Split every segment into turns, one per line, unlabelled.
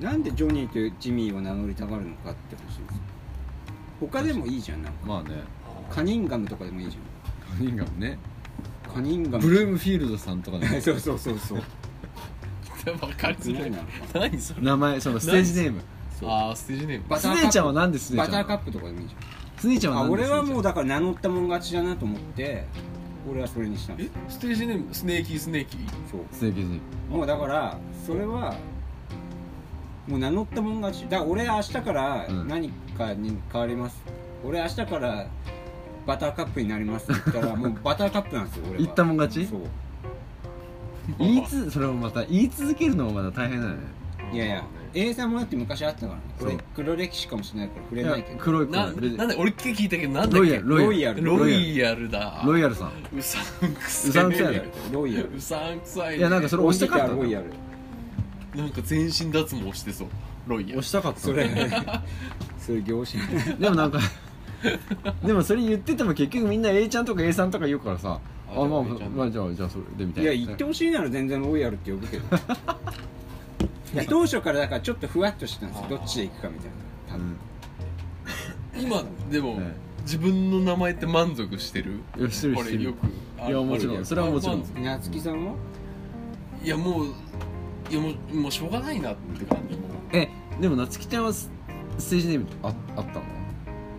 なんでジョニーとジミーを名乗りたがるのかって話ですよ他でもいいじゃんなんか
まあね
カニンガムとかでもいいじゃ
カニンガムね
んカニンガム
ブルームフィールドさんとかね
そうそうそうそう
バカにす
な
る
いなのか
何それ
名前そのステージネーム
そう
ああステージネーム
バ
スネーちゃんは何でスネー
バ
ちゃん
タ
な
ー
の
カップとかでもいいじゃ
スネーちゃん
ん
は
あ
何で
俺
スネーちゃん
はもうだから名乗ったもん勝ちだなと思って俺はそれにしたんで
え
す
ステージネームスネーキースネーキー
そう
スネーキーズネーム
もうだからそれはもう名乗ったもん勝ちだから俺明日から
うん
何かに変わります、俺明日からバターカップになりますって言ったらもうバターカップなんですよ俺は
言ったもん勝ち
そう
言いつそれもまた言い続けるのもまだ大変だよね
いやいや A さんもだって昔あったからねこれ
そう
黒歴史かもしれないから触れ
い
な
や
いけど
黒い子
ななんだ俺一回聞いたけどなんだっ
ロイ
け
ヤルロイ
イ
ヤ
ヤ
ル
ル
ロイヤルだ
ロイヤルさん
うさんくせえ
うさんくせえね
ロイヤル
うさんくさいね
いやなんかそれ押したかった
ロイヤル
なんか全身脱毛してそうロイ
押
ヤル
したかった
それそういう業種
でもなんかでもそれ言ってても結局みんな A ちゃんとか A さんとか言うからさあ
あ
まあ
じゃあ A ちゃん
まあじゃあじゃあそれでみたい
い
な
や言ってほしいなら全然ロイヤルって呼ぶけ どいや当初からだからちょっとふわっとしてたんですよどっちで行くかみたいな多
う
分
ん
今でも、
え
自分の名前って満足してる
いやしてる
こ
して
れ
る
よくあ
いやもちろん
ある
それはもちろん
あ満足
夏木さんはい
やもういやもうもうしょうがないなって感じも
えでも夏希ちゃんはスステージネームああった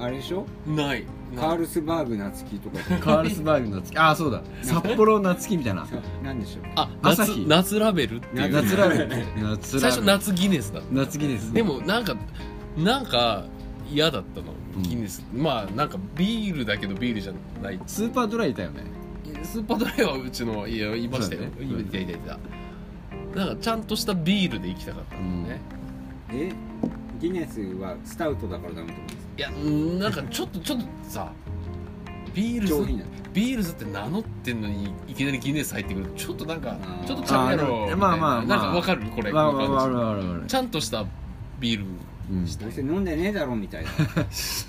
の
あれでしょ
うないない
カールスバーグ夏木とか
カールスバーグ夏希ああそうだ札幌夏希みたいな
なんでしょう
あ
朝
夏
日
夏ラベルっていう
夏ラベル夏
最
ラ
初
ベル
夏ギネスだ
夏希です
でもなんかなんか嫌だったの
うん
ギネス、まあなんかビールだけどビールじゃない
スーパードライいたよね
スーパードライはうちのいやいましたよ、
そうだね
いたいたいたなんかちゃんとしたビールで行きたかったんだよね、
えギネスはスタウトだからダメってこと思
いやなんかちょっとちょっとさビール
上
ズ
品な
ビールズって名乗ってんのにいきなりギネス入ってくるとちょっとなんか
うん
ちょっとちゃうやろみたいな
まあまあま
な
あ
んかわかるこれ
わあわあわあ
この感
わあわあわあ
じちゃんとしたビール
うん
し
ど
た
う
い
せ飲んでねえだろみたい などうせ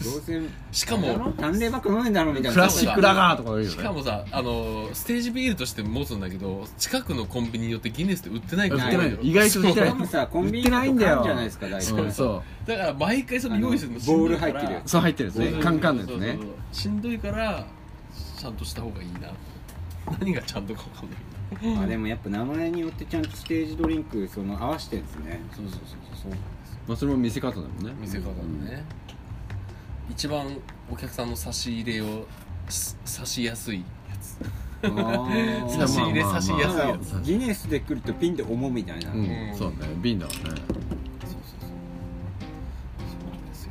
しかも
探偵ばっか飲んでんだろみたいな
クラシックラガーとか言うよね
しかもさあのステージビールとして持つんだけど近くのコンビニによってギネスって売ってないこと
売っ
が
て
多いの
ない
よ
の意外と売って
し
な
か
い
もさコンビニ
売ってないんだ
と
よ
かあるじゃないですか大
うん
体
そう
だから毎回その用意するの
あの
しんどいから
ボール入ってるや
そう入ってるんです
そう
ねカンカンのやつ
そう
ね
そうそうしんどいからちゃんとした方がいいな何がちゃんとかわかんない
あでもやっぱ名前によってちゃんとステージドリンクその合わせてるんですね
そうそうそうそう
まあそれも見せ方だもんね
見せ方のね、一番お客さんの差し入れをし差しやすいやつ
あー
差し入れ差しやすいやつ
なんかギネスで来るとピンで重みたいな、
うん、そうね瓶だわね
そうそうそうそうなんですよ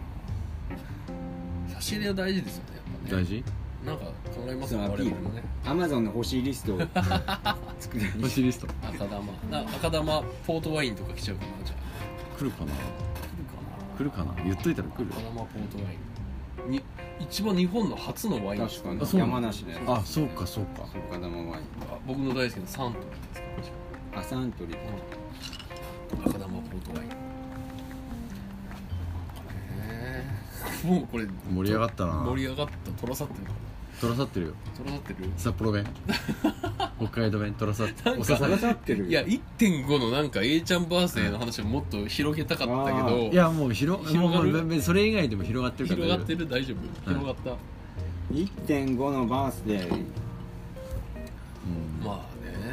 差し入れは大事ですよねやっぱ
大
ね
事
なんか考えます
そ
よ
う
我
アピール
々もね
アマゾンの欲しいリストを作る
マシリスト
赤玉な赤玉ポートワインとか来ちゃうかなじゃあ
来るかな
来るかな
来るかな言っといたら来る
赤玉ポートワインに一番日本の初のワイン
確か
あ
に
そうなの
山梨で
あそうかそうか
そうか玉ワイン
あ僕の大好きなサントリーですから
あサントリー
赤玉ポートワインねえ もうこれ
盛り上がったな
盛り上がったトラさってる
とらさってるよ
トラさってる
札 幌弁北海道弁とらさって
なんか
おささ
刺さってる
いや1.5のなんか A ちゃんバースデーの話をもっと広げたかったけ
あ
ど
ー
いやもう広
広がる
もうもうそれ以外でも広がってるから
広がって
る
る大丈夫広がった、
1.5のバースデー
ま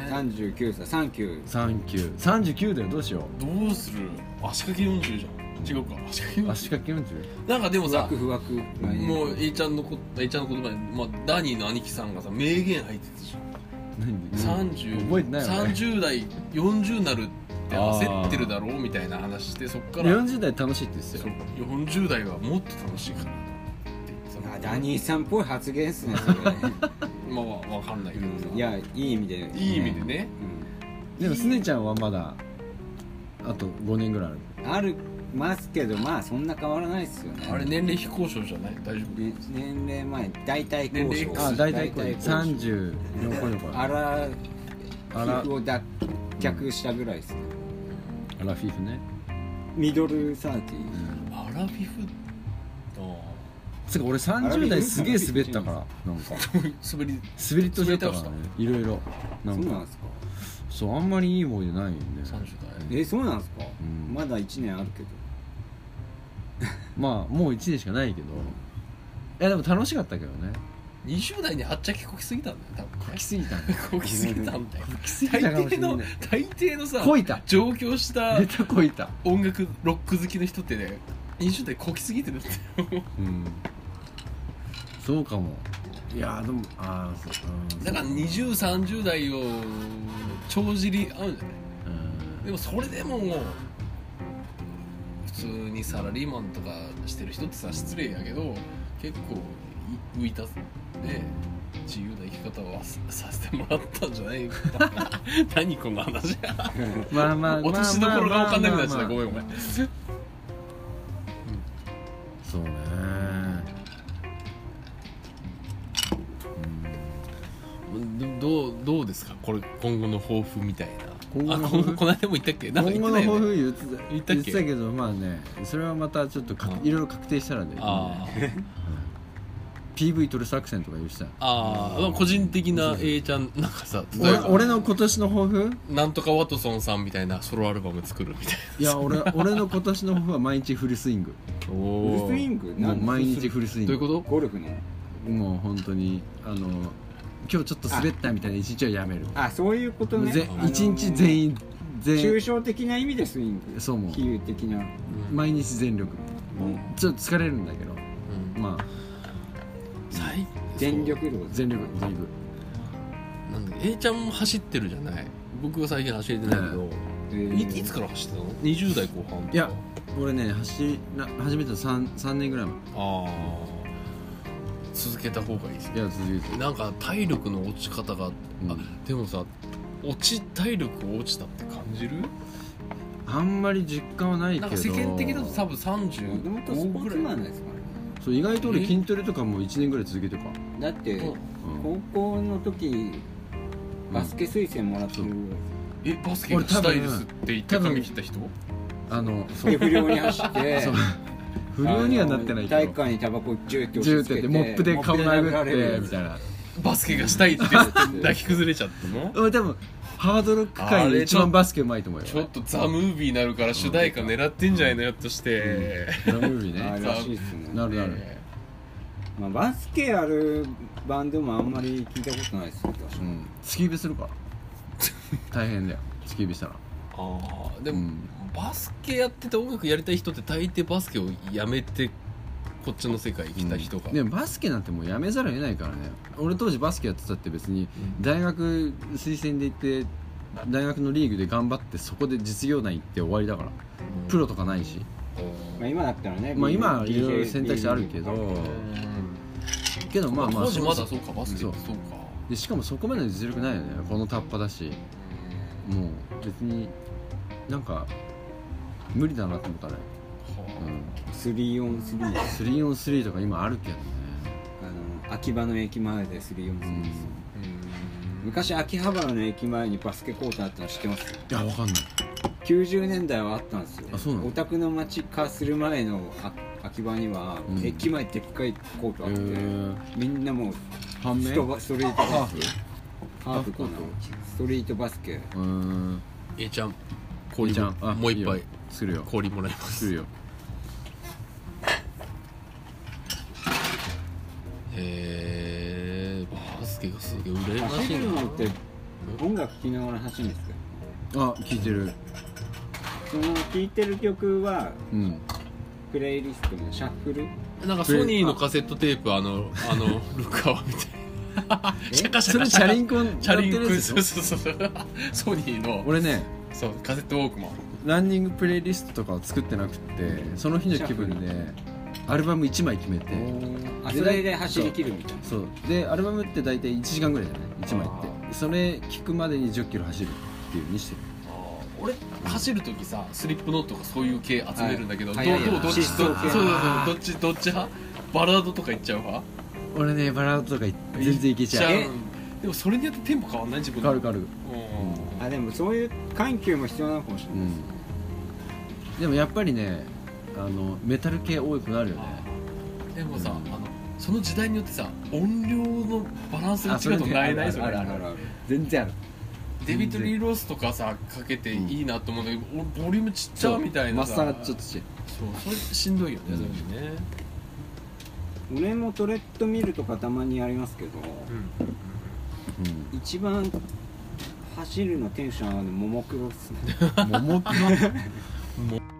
あね
39歳サンキュー
3939だよどうしよ
どうする足掛け40じゃん違うか足掛け
う
40
足掛け40
なんかでも
ふわ
さ
くふわく来年
もう A ちゃんのこ A ちゃんの言葉に、まあ、ダニーの兄貴さんがさ名言入ってたじゃん
何
30
覚えてないよね
30代40なるって焦ってるだろうみたいな話してそっから
40代楽しいって言って
そ
た
う
よ
40代はもっと楽しいからって言ってた
あダニーさんっぽい発言ですねそれね、
まあわかん ないけどさ、
うんいやいい意味で、
いい意味でね
でもすねちゃんはまだあと5年ぐらいある
うんあるますけどまあそんな変わらないですよね
あれ年齢非公表じゃない大丈夫
ね年齢前大体
年齢
交渉
あ大体これ
交渉
30のこのこ
アラフ
アラ
ィフを脱却したぐらいですね、
アラフィフね
ミドルサーティ
アラフィフの
つうか俺30代すげえ滑ったからなんか
滑り
滑りとしてたからねいろいろな
ーそうんな
か
んですか
そうあんまりいい思い出ないんで
30代
えそうなんですか、
うん
まだ1年あるけど
まあもう1年しかないけどいやでも楽しかったけどね
20代にはっちゃけこきすぎたんだよ多分
こ
ね
きすぎたんだ
こきすぎたんだよ
こきすぎ
大
たかもし
抵
れない
の大抵のさ
こいた
上京した
ネタこいた
音楽ロック好きの人ってね20代こきすぎてるって
うんそうかもいやでもああそううん
だから2030代を帳尻合うんじゃない
うん
でもそれでももう普通にサラリーマンとかしてる人ってさ失礼やけど結構い浮いたで自由な生き方をささせてもらったんじゃない 何この話
まあまあ
落としどころが分かんなくなっちゃったごめんごめん
そうね
どうどうですかこれ今後の抱負みたい
今後の
なあこ
抱負
この間も言ったっけなんか
今
言っ
後
て
の抱
たよ
負
ね
言ってた
言ったっけ
けどまあねそれはまたちょっとか
うん
いろいろ確定したらね
あー
PV 撮る作戦とか言うしさ
あーまあ個人的な A ちゃんなんかさ例え
俺
ば
俺の今年の抱負
なんとかワトソンさんみたいなソロアルバム作るみたい
いや 俺俺の今年の抱負は毎日フルスイング
な
フル
お
スイング
もう
何
毎日フルスイン
どう
グ
いうこと
ゴルフの
もう本当にあの今日ちょっと滑ったみたいな一日はやめる
あそういうことね
ぜ
あのー
一日全員全
抽象的な意味でスイング
そうもう
比喩的な
毎日全力
うん
ちょっと疲れるんだけど
うん
まあ
最
全力でございます
全力全力
そうなんだっけ A ちゃんも走ってるじゃない僕は最近走れてないけど、
えー
いいつから走ってたの20代後半とか
いや俺ね走ら始めたの 3, 3年ぐらい前
ああ続けた方がいいですね
いや続けて
なんか体力の落ち方が、
うん
あでもさ落ち体力落ちたって感じる
あんまり実感はないけ
な
ど
んか世間的だと多
もとも
分
とスポ
35
ー
ぐ
ツ
ら
マ
い
ンですからね
そう意外と俺筋トレとかも1年ぐらい続けてるか、
だって
う
う
ん
ん
高校の時バスケ推薦もらってるぐ
えバスケがしたいですって言って
俺多分
髪切った人
あのそ
ら
う
いで不良に走って
そう不良にはなってない
あの体育
けど
館にタバコジューって
銃
押
っ
して付
やっ
け
て
て
モップで顔殴
モップで殴
っ
られ
て
る
みたいな
バスケがしたいって言って抱き崩れちゃっ たの
俺多分ハードロック界で一番バスケうまいと思うよ
ちょっとザ・ムービーになるから主題歌狙ってんじゃないのやっとして、
ラムービー
あー
ね
らしいっすね
なるなる
ね
まあ、バスケやるバンドもあんまり聞いたことないですけど、
うん突き指するから大変だよ突き指したら
ああでも、
うん
バスケやってて音楽やりたい人って大抵バスケをやめてこっちの世界来た人が、
でもバスケなんてもうやめざるを得ないからね俺当時バスケやってたって別に
うん
大学推薦で行って大学のリーグで頑張ってそこで実業団行って終わりだからプロとかないし
まあ、今だったらね
まあ今
DJ
いろいろ選択肢あるけどけどま
ま
あ
あ
まあ
当時まだそううかバスケ
そ
そううか
でしかもそこまでの実力ないよねこのタッパだしもう別になんか無理だなと思ったね、う
3on3 あ
ん、3on3 とか今あるけどね
の秋葉の駅前で 3on3 です、
うん
昔秋葉原の駅前にバスケコートあったの知ってます
いやわかんない
90年代はあったんですよ
あそうなの
オタクの街化する前のあ秋葉には、
うん
駅前でっかいコートあって、
へー
みんなもう
反面
ストバストリート
ハー
バス
フ
ケハーフかな
ハーフコ
ストリートバスケ
うーん
A ちゃん
い
氷
いじゃんあ
もう一
い
杯
いよ作るよ
氷もらいます
作るよ
へえバスケがすげえ羨まし
走
い
る
な
のって音楽聴きながら走るんですけ
あ聞いてる
どその聴いてる曲は
うん
プレイリストのシャッフル
なんかソニーのカセットテープあのあのルカワみたいなシャカシャ
そ
カ
れ
シ
チ
ャ
ャ
カ
リンコン
チャリン
やってる
ク
やつ
そ
で
う
し
そうそうソニー
ょ
の
俺ね
そうカセットウォークマン
ランニングプレイリストとかを作ってなくってその日の気分でアルバム1枚決めて
あそれで走り切るみたいな
そうでアルバムって大体1時間ぐらいじゃない1枚ってそれ聞くまでに1 0キロ走るっていうにしてる
俺走る時さスリップノットとかそういう系集めるんだけど、
はい
ど
は
う
いはい
どうどっちど
疾走系
そうそうそうどっちどっち派バラードとかいっちゃう派
俺ねバラードとかい全然いけちゃう
いっでもそれによってテンポ変わんない自分
変
の
わる変わる
うん
あでもそういう緩急も必要なのかもしれ
う
ない
んでもやっぱりねあのメタル系多くなるよね
でもさ、あのその時代によってさ音量のバランスが違うと
あそれね
ないない
あ
そ
る
れ
あるあるある
全然ある
デビッド・リー・ロスとかさかけていいなと思うんだけど、俺ボリュームちっちゃみたいな
マス
さ
ターがちょっとちっちゃい
そうそれしんどいよね、
うん
そういうのね
俺もトレッドミルとかたまにやりますけど、一番走るのテンション上がるのももクロっすね
うん、ももクロ